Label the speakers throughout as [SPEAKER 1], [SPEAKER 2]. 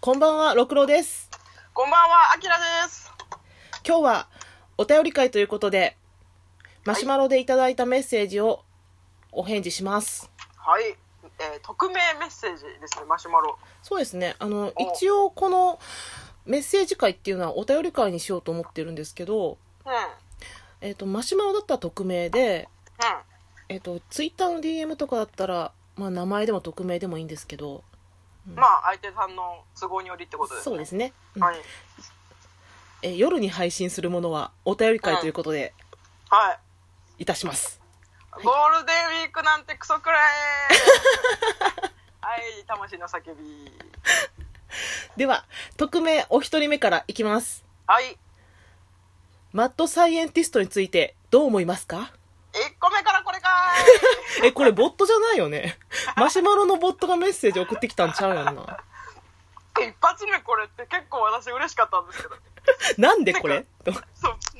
[SPEAKER 1] こんばんは、六郎です。
[SPEAKER 2] こんばんは、あきらです。
[SPEAKER 1] 今日はお便り会ということで、マシュマロでいただいたメッセージをお返事します。
[SPEAKER 2] はい、えー、匿名メッセージですね、マシュマロ。
[SPEAKER 1] そうですね。あの、
[SPEAKER 2] お
[SPEAKER 1] 一応このメッセージ会っていうのはお便り会にしようと思ってるんですけど、
[SPEAKER 2] うん、うん、
[SPEAKER 1] えっ、と、マシュマロだったら匿名で、えっ、と、ツイッターの DM とかだったら、まあ名前でも匿名でもいいんですけど、
[SPEAKER 2] まあ、相手さんの都合によりってことです、ね。
[SPEAKER 1] そうですね。うん
[SPEAKER 2] はい、
[SPEAKER 1] え夜に配信するものはお便り会ということで
[SPEAKER 2] はい、
[SPEAKER 1] いたします。
[SPEAKER 2] ゴールデンウィークなんてクソ くらい。はい、魂の叫び。
[SPEAKER 1] では、匿名お一人目からいきます。
[SPEAKER 2] はい、
[SPEAKER 1] マッドサイエンティストについてどう思いますか
[SPEAKER 2] 一個目からこれか ーい。
[SPEAKER 1] え、これボットじゃないよ ね。マシュマロのボットがメッセージ送ってきたんちゃうやんな。
[SPEAKER 2] 一発目これって結構私嬉しかったんですけど。
[SPEAKER 1] なんでこ れと
[SPEAKER 2] そう、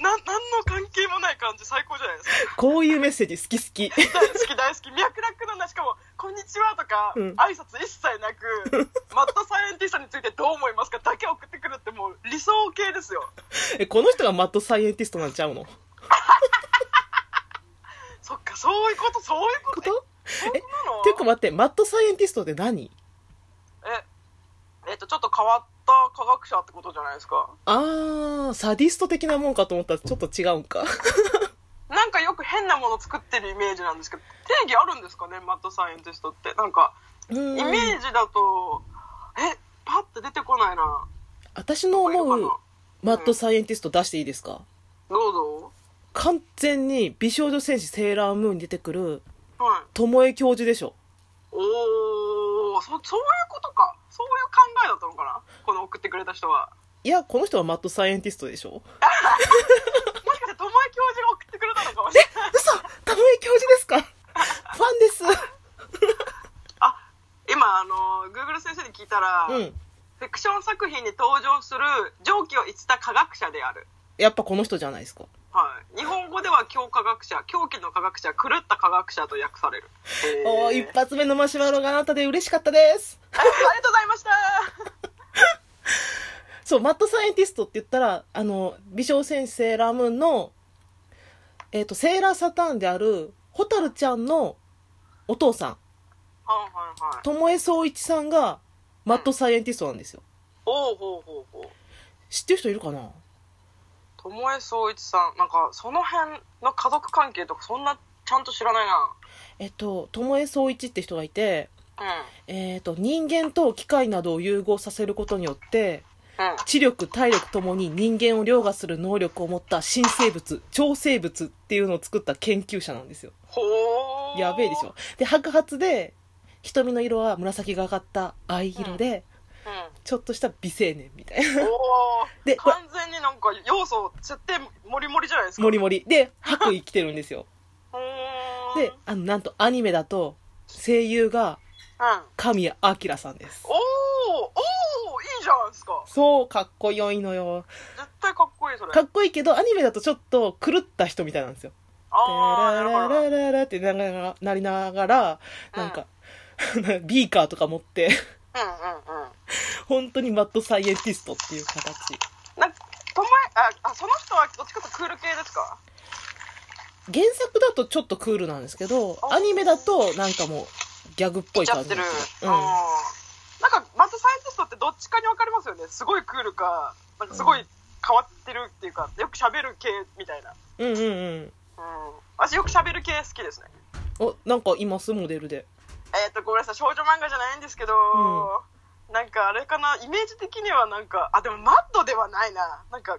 [SPEAKER 2] な、何の関係もない感じ最高じゃないですか。
[SPEAKER 1] こういうメッセージ好き好き。
[SPEAKER 2] 大好き大好き。脈絡のない、しかも、こんにちはとか、
[SPEAKER 1] うん
[SPEAKER 2] 挨拶一切な く、マッドサイエンティストについてどう思いますかだけ送ってくるってもう理想系ですよ。
[SPEAKER 1] え、この人がマッドサイエンティストなんちゃうの
[SPEAKER 2] そっか、そういうこと、そういうこ。
[SPEAKER 1] ことと
[SPEAKER 2] え、そうなの
[SPEAKER 1] ていうか待って、マッドサイエンティストって何
[SPEAKER 2] え、えっと、ちょっと変わった科学者ってことじゃないですか。
[SPEAKER 1] あー、サディスト的なもんかと思ったらちょっと違うんか。
[SPEAKER 2] なんかよく変なもの作ってるイメージなんですけど、定義あるんですかね、マッドサイエンティストって。なんか、
[SPEAKER 1] う
[SPEAKER 2] イ
[SPEAKER 1] ー
[SPEAKER 2] メ
[SPEAKER 1] ん。
[SPEAKER 2] ージだと、え、パッて出てこないな。
[SPEAKER 1] 私の思
[SPEAKER 2] これ
[SPEAKER 1] う
[SPEAKER 2] かな
[SPEAKER 1] マッドサイエンティスト出していいですか
[SPEAKER 2] どうぞ。
[SPEAKER 1] 完全に美少女戦士セーラームーンに出てくる、
[SPEAKER 2] はい。
[SPEAKER 1] 巴教授でしょ。
[SPEAKER 2] おおそそういうことかそういう考えだったのかなこの送ってくれた人はい
[SPEAKER 1] や、この人はマッドサイエンティストでしょ
[SPEAKER 2] もしかして友江教授が送ってくれたのかもしれない
[SPEAKER 1] 嘘田上教授ですかファンです。
[SPEAKER 2] あ今あの Google 先生に聞いたら、
[SPEAKER 1] うん。
[SPEAKER 2] フィクション作品に登場する上記を逸した科学者である、
[SPEAKER 1] やっぱこの人じゃないですか。
[SPEAKER 2] はい、日本語では教科学者狂気の科学者狂った科学者と訳されるへー
[SPEAKER 1] おー、一発目のマシュマロがあなたで嬉しかったです。
[SPEAKER 2] あありがとうございました
[SPEAKER 1] そう、マッドサイエンティストって言ったら、あの、美少先生ラムーンの、えっ、と、セーラーサターンである、ホタルちゃんのお父さん、
[SPEAKER 2] はいはいはい
[SPEAKER 1] ともえそういちさんが、マッドサイエンティストなんですよ。
[SPEAKER 2] ほうほうほうほう
[SPEAKER 1] 知ってる人いるかな
[SPEAKER 2] 友江宗一さんなんかその辺の家族関係とかそんなちゃんと知らない
[SPEAKER 1] えっと、ともえそういちって人がいて、
[SPEAKER 2] な
[SPEAKER 1] えっ、と、人間と機械などを融合させることによって、
[SPEAKER 2] うんうん
[SPEAKER 1] 知力、体力ともに人間を凌駕する能力を持った新生物、超生物っていうのを作った研究者なんですよ。
[SPEAKER 2] ほー
[SPEAKER 1] やべえでしょ。で、白髪で、瞳の色は紫がかった藍色で、
[SPEAKER 2] う
[SPEAKER 1] ちょっとした美青年みたいな。
[SPEAKER 2] ん、お
[SPEAKER 1] で
[SPEAKER 2] ー完全になんか要素設定もりもりじゃないですか
[SPEAKER 1] もりもり。で、白衣着てるんですよ。
[SPEAKER 2] うーん
[SPEAKER 1] で
[SPEAKER 2] うん、
[SPEAKER 1] あの、なんとアニメだと、声優が神谷明さんです。
[SPEAKER 2] おーおーいいじゃないですか
[SPEAKER 1] そう、かっこよいのよ。
[SPEAKER 2] 絶対かっこいいそれ
[SPEAKER 1] かっこいいけど、アニメだとちょっと狂った人みたいなんですよ。
[SPEAKER 2] ああ
[SPEAKER 1] ラ
[SPEAKER 2] なる
[SPEAKER 1] ラ
[SPEAKER 2] ほ
[SPEAKER 1] ラ
[SPEAKER 2] ど
[SPEAKER 1] ララってなりながらなりながら、なんか、ビーカーとか持って、
[SPEAKER 2] うんうんうん
[SPEAKER 1] 本当にマッドサイエンティストっていう形。
[SPEAKER 2] なんかともああその人はどっちかというとクール系ですか
[SPEAKER 1] 原作だとちょっとクールなんですけど、
[SPEAKER 2] あ
[SPEAKER 1] アニメだとなんかもうギャグっぽい
[SPEAKER 2] ちゃ
[SPEAKER 1] 感
[SPEAKER 2] っ
[SPEAKER 1] じ
[SPEAKER 2] て
[SPEAKER 1] なん
[SPEAKER 2] る、
[SPEAKER 1] です
[SPEAKER 2] うん
[SPEAKER 1] よ。うん。
[SPEAKER 2] なんかまずサイエンティストってどっちかに分かりますよねすごいクールかなんかすごい変わってるっていうかよく喋る系みたいな
[SPEAKER 1] うんうんうん。
[SPEAKER 2] うん私よく喋る系好きですね
[SPEAKER 1] お、なんかいます、モデルで。
[SPEAKER 2] えっ、とごめんなさい少女漫画じゃないんですけど、なんかあれかなイメージ的にはなんかあでもマッドではないななんか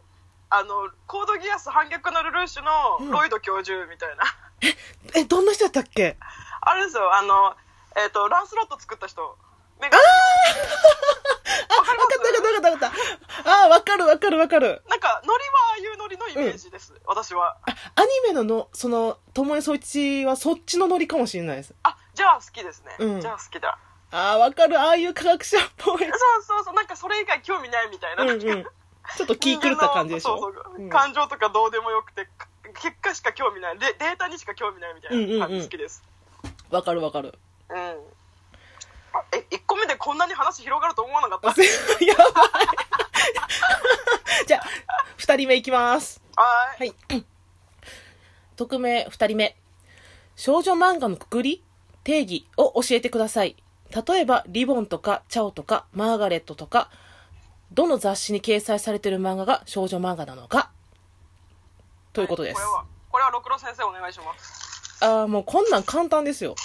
[SPEAKER 2] あのコードギアス反逆のルルーシュ
[SPEAKER 1] うん
[SPEAKER 2] のロイド教授みたいな、
[SPEAKER 1] え、どんな人やったっけ
[SPEAKER 2] あれですよあのえっ、とランスロット作った人メガ
[SPEAKER 1] あ、わかったわかったわかった。あー、わかるわかるわかる。
[SPEAKER 2] なんかノリはああいうノリのイメージです、私は
[SPEAKER 1] あ、アニメのの、その、友江総一はそっちのノリかもしれないです。
[SPEAKER 2] あじゃあ好きですね、
[SPEAKER 1] うん
[SPEAKER 2] じゃあ好きだ
[SPEAKER 1] あー、わかる。ああいう科学者っぽい
[SPEAKER 2] そう。そうそうなんかそれ以外興味ないみたいな、
[SPEAKER 1] うんうん。ちょっと気狂った感じでしょ
[SPEAKER 2] 人間のそうそう
[SPEAKER 1] うん
[SPEAKER 2] 感情とかどうでもよくてか結果しか興味ないでデータにしか興味ないみたいな感
[SPEAKER 1] うんうんう
[SPEAKER 2] じ
[SPEAKER 1] ん
[SPEAKER 2] 好きです
[SPEAKER 1] わかるわかる。
[SPEAKER 2] うん、え、1個目でこんなに話広がると思わなかった。
[SPEAKER 1] やばい。じゃあ、二人目いきます。
[SPEAKER 2] はーい。
[SPEAKER 1] はい。匿名二人目。少女漫画のくくり定義を教えてください。例えば、リボンとか、チャオとか、マーガレットとか、どの雑誌に掲載されている漫画が少女漫画なのかということです
[SPEAKER 2] これ。は、これは六郎先生お願いします。
[SPEAKER 1] ああ、もうこんなん簡単ですよ。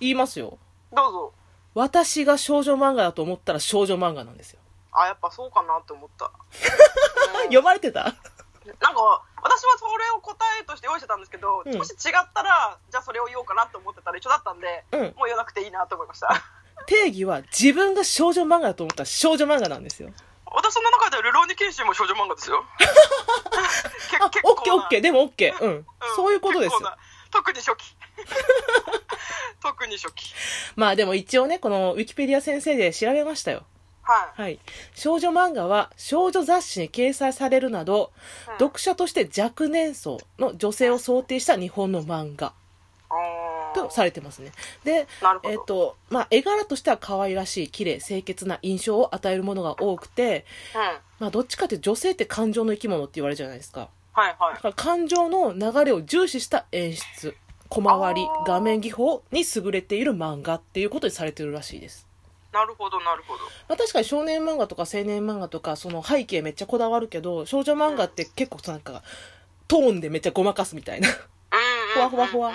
[SPEAKER 1] 言いますよ。
[SPEAKER 2] うん。どうぞ。
[SPEAKER 1] 私が少女漫画だと思ったら少女漫画なんですよ。
[SPEAKER 2] あ、やっぱそうかなって思った。うん
[SPEAKER 1] 読まれてた
[SPEAKER 2] なんか、私はそれを答えとして用意してたんですけど、
[SPEAKER 1] うん
[SPEAKER 2] もし違ったら、じゃあそれを言おうかなと思ってたら一緒だったんで、
[SPEAKER 1] うん
[SPEAKER 2] もう言わなくていいなと思いました。
[SPEAKER 1] 定義は自分が少女漫画だと思ったら少女漫画なんですよ。
[SPEAKER 2] 私の中ではルローニケンシンも少女漫画ですよ。け
[SPEAKER 1] あ、オッケーオッケー、
[SPEAKER 2] ー。
[SPEAKER 1] でもオッケー。うん。そういうことです
[SPEAKER 2] 結構
[SPEAKER 1] よ。
[SPEAKER 2] な特に初期。 特に初期。
[SPEAKER 1] まあでも一応ね、このウィキペディア先生で調べましたよ。
[SPEAKER 2] はい。
[SPEAKER 1] はい。少女漫画は少女雑誌に掲載されるなど、
[SPEAKER 2] うん
[SPEAKER 1] 読者として若年層の女性を想定した日本の漫画
[SPEAKER 2] あー
[SPEAKER 1] とされてますね。で、
[SPEAKER 2] なるほど。
[SPEAKER 1] えっと、まあ絵柄としては可愛らしい、綺麗、清潔な印象を与えるものが多くて、
[SPEAKER 2] うん。はい
[SPEAKER 1] まあどっちかっていうと女性って感情の生き物って言われるじゃないですか。
[SPEAKER 2] はい
[SPEAKER 1] だ。から感情の流れを重視した演出小回り
[SPEAKER 2] あー
[SPEAKER 1] 画面技法に優れている漫画っていうことにされてるらしいです、
[SPEAKER 2] なるほど、なるほど。
[SPEAKER 1] まあ、確かに少年漫画とか青年漫画とかその背景めっちゃこだわるけど少女漫画って結構なんかトーンでめっちゃごまかすみたいな っ
[SPEAKER 2] うんうんうんうん
[SPEAKER 1] ふわふわふわ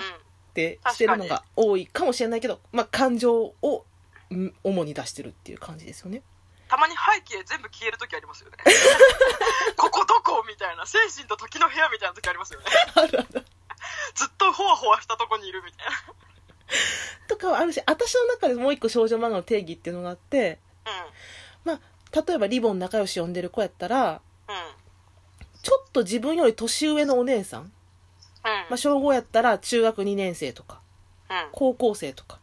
[SPEAKER 1] てしてるのが多いかもしれないけど、まあ、感情をん主に出してるっていう感じですよね
[SPEAKER 2] たまに背景全部消える時あります よねここどこみたいな精神と時の部屋みたいな時ありますよね
[SPEAKER 1] あるある
[SPEAKER 2] ずっとホワホワしたとこにいるみたい
[SPEAKER 1] とかはあるし私の中でもう一個少女漫画の定義っていうのがあって
[SPEAKER 2] な
[SPEAKER 1] まあ例えばリボン仲良し呼んでる子やったら
[SPEAKER 2] うんうん
[SPEAKER 1] ちょっと自分より年上のお姉さん、
[SPEAKER 2] うん
[SPEAKER 1] まあ、小5やったら中学2年生とか
[SPEAKER 2] うん
[SPEAKER 1] 高校生とか、
[SPEAKER 2] うん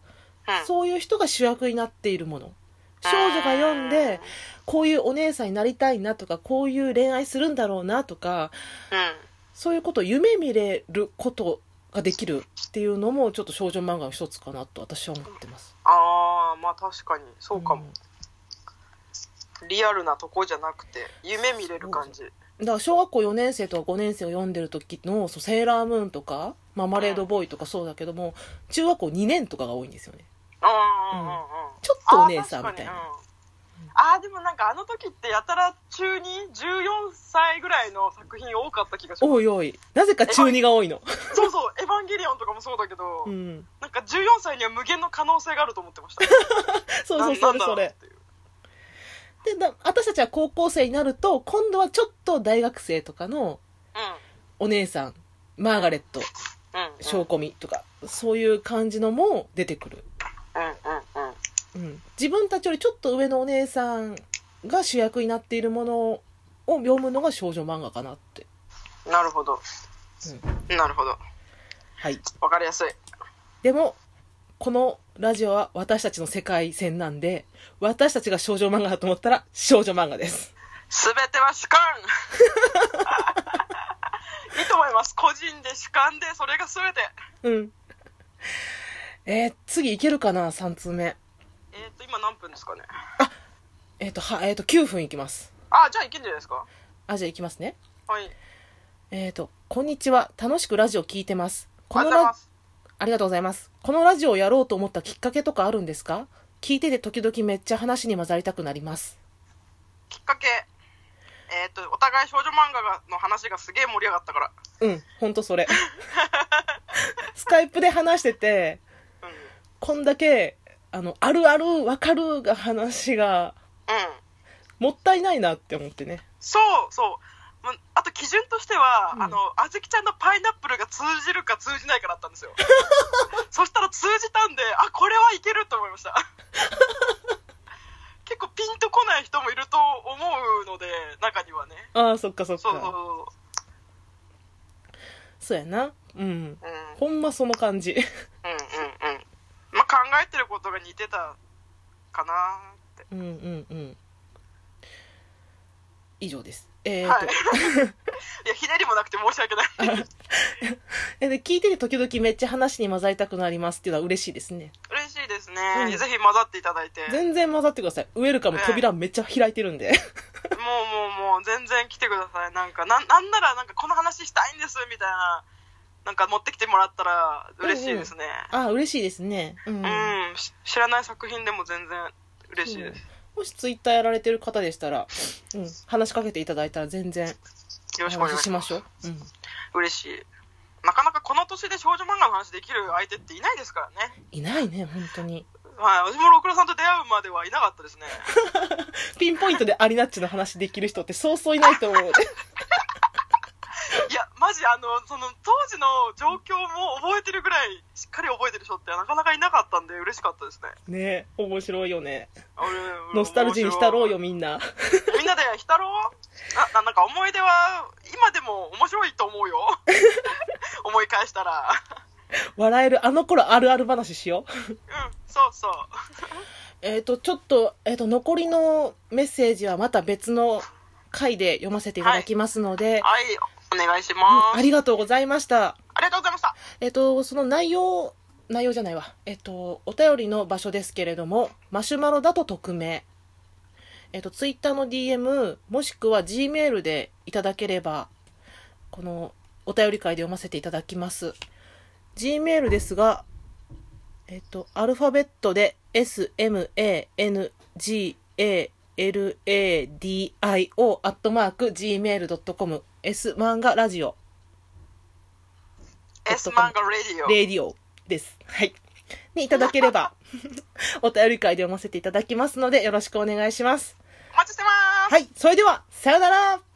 [SPEAKER 1] そういう人が主役になっているもの少女が読んでこういうお姉さんになりたいなとかこういう恋愛するんだろうなとか
[SPEAKER 2] うん
[SPEAKER 1] そういうことを夢見れることができるっていうのもちょっと少女漫画の一つかなと私は思ってます
[SPEAKER 2] ああまあ確かにそうかも、
[SPEAKER 1] ん
[SPEAKER 2] リアルなとこじゃなくて夢見れる感じ
[SPEAKER 1] だから小学校4年生とか5年生を読んでる時のそうセーラームーンとかママレードボーイとかそうだけども中学校2年とかが多いんですよね
[SPEAKER 2] うんうんうんうん
[SPEAKER 1] ちょっとお姉さんみたいな
[SPEAKER 2] あー,確かに、うんあーでもなんかあの時ってやたら中に14歳ぐらいの作品多かった気がしま
[SPEAKER 1] おいおいなぜか中二が多いの、
[SPEAKER 2] すそうそう「エヴァンゲリオン」とかもそうだけど、
[SPEAKER 1] うん、
[SPEAKER 2] なんか14歳には無限の可能性があると思ってました。
[SPEAKER 1] そうそう
[SPEAKER 2] な
[SPEAKER 1] そ
[SPEAKER 2] ん
[SPEAKER 1] れ
[SPEAKER 2] だろ
[SPEAKER 1] そう
[SPEAKER 2] っ
[SPEAKER 1] れ
[SPEAKER 2] ていう
[SPEAKER 1] でだ私たちは高校生になると今度はちょっと大学生とかのお姉さんマーガレット
[SPEAKER 2] うん。うん。
[SPEAKER 1] 証拠みとか、そういう感じのも出てくる、
[SPEAKER 2] うんうんうん。
[SPEAKER 1] うん、自分たちよりちょっと上のお姉さんが主役になっているものを読むのが少女漫画かなって
[SPEAKER 2] なるほど。なるほど。
[SPEAKER 1] はい
[SPEAKER 2] わかりやすい。
[SPEAKER 1] でもこのラジオは私たちの世界線なんで私たちが少女漫画だと思ったら少女漫画です
[SPEAKER 2] すべては 主観いいと思います。個人で主観で、それがすべて。
[SPEAKER 1] うん。えー次いけるかな ?3 通目。
[SPEAKER 2] えっ、と、今何分ですかね。
[SPEAKER 1] えっ、と、は、えっ、と、9分いきます。
[SPEAKER 2] あ、じゃあいけんじゃないですか。
[SPEAKER 1] あ、じゃあいきますね。
[SPEAKER 2] はい。
[SPEAKER 1] えっ、と、こんにちは。楽しくラジオ聞いてます。こ
[SPEAKER 2] あり
[SPEAKER 1] の
[SPEAKER 2] がとうございま
[SPEAKER 1] ラ、
[SPEAKER 2] す。
[SPEAKER 1] ありがとうございます。このラジオをやろうと思ったきっかけとかあるんですか聞いてて時々めっちゃ話に混ざりたくなります。
[SPEAKER 2] きっかけ。えっ、と、お互い少女漫画がの話がすげえ盛り上がったから。
[SPEAKER 1] うん、ほんと それ。スカイプで話してて、
[SPEAKER 2] うん。うん。
[SPEAKER 1] こんだけ、あの、あるある、わかるが話が、もったいないなって思ってね。
[SPEAKER 2] そうそう。まあと基準としては、
[SPEAKER 1] うん
[SPEAKER 2] あの、あずきちゃんのパイナップルが通じるか通じないかだったん ですよ。そしたら通じたんで、あ、これはいけると思いま した。結構ピンとこない人もいると思うので、中にはね。
[SPEAKER 1] ああ、そっかそっか。
[SPEAKER 2] そうそう
[SPEAKER 1] そうやな。うん。
[SPEAKER 2] そう。うん。うん
[SPEAKER 1] ほんまその感じ。
[SPEAKER 2] うんうん。まあ、考えてることが似てたかなって。
[SPEAKER 1] うんうんうん。以上です。えーと
[SPEAKER 2] はい。いや、ひねりもなくて申し訳ない。
[SPEAKER 1] えで聞いてて時々めっちゃ話に混ざりたくなりますっていうのは嬉しいですね。
[SPEAKER 2] 嬉しいですね、
[SPEAKER 1] うん
[SPEAKER 2] ぜひ混ざっていただいてもう
[SPEAKER 1] 全然混ざってください。ウェルカム扉めっちゃ開いてるんで。
[SPEAKER 2] もうもう全然来てくださいなんかなんなんならなんかこの話したいんですみたいななんか持ってきてもらったら嬉しいですね
[SPEAKER 1] ああ、嬉しいですね。うん。
[SPEAKER 2] うん、し知らない作品でも全然嬉しいです、
[SPEAKER 1] もしツイッターやられてる方でしたら、うん、話しかけていただいたら全然
[SPEAKER 2] よ
[SPEAKER 1] お
[SPEAKER 2] ろしくお願
[SPEAKER 1] 話
[SPEAKER 2] い
[SPEAKER 1] し
[SPEAKER 2] し
[SPEAKER 1] し
[SPEAKER 2] ま
[SPEAKER 1] ますしょう。うん。
[SPEAKER 2] 嬉しいなかなかこの年で少女漫画の話できる相手っていないですからね
[SPEAKER 1] いないね、本当に。
[SPEAKER 2] はい、私もろくろさんと出会うまではいなかったですね。
[SPEAKER 1] ピンポイントでアリナッチの話できる人ってそうそういないと思うので。
[SPEAKER 2] いや、マジ、あの、その、当時の状況も覚えてるぐらい、しっかり覚えてる人ってなかなかいなかったんで、嬉しかったですね。
[SPEAKER 1] ね面白いよね。
[SPEAKER 2] 俺
[SPEAKER 1] ノスタルジーに浸ろう。よ、
[SPEAKER 2] 面
[SPEAKER 1] みんな。
[SPEAKER 2] 白いみんなで浸ろうあな、なんか思い出は、今でも面白いと思うよ。 思い返したら。
[SPEAKER 1] 笑える、あの頃あるある話しよう。
[SPEAKER 2] うん、そうそう。
[SPEAKER 1] えっ、と、ちょっと、えっ、と、残りのメッセージはまた別の回で読ませていただきますので、
[SPEAKER 2] はい、お願いし
[SPEAKER 1] うん
[SPEAKER 2] ま
[SPEAKER 1] あ
[SPEAKER 2] す。
[SPEAKER 1] りがとうございました。
[SPEAKER 2] ありがとうございました。
[SPEAKER 1] えっ、と、その内容、内容じゃないわ。えっ、と、お便りの場所ですけれども、マシュマロだと匿名。えっ、と、ツイッターの DM、もしくは G メールでいただければ、このお便り会で読ませていただきます。G メールですが、えっ、と、アルファベットで smangaladio アットマーク gmail.com s 漫画ラジオ
[SPEAKER 2] S 漫画ラディオ。
[SPEAKER 1] レディオです。はい。にいただければ、お便り会で読ませていただきますので、よろしくお願いします。
[SPEAKER 2] お待ちしてます。
[SPEAKER 1] はい。それでは、さよなら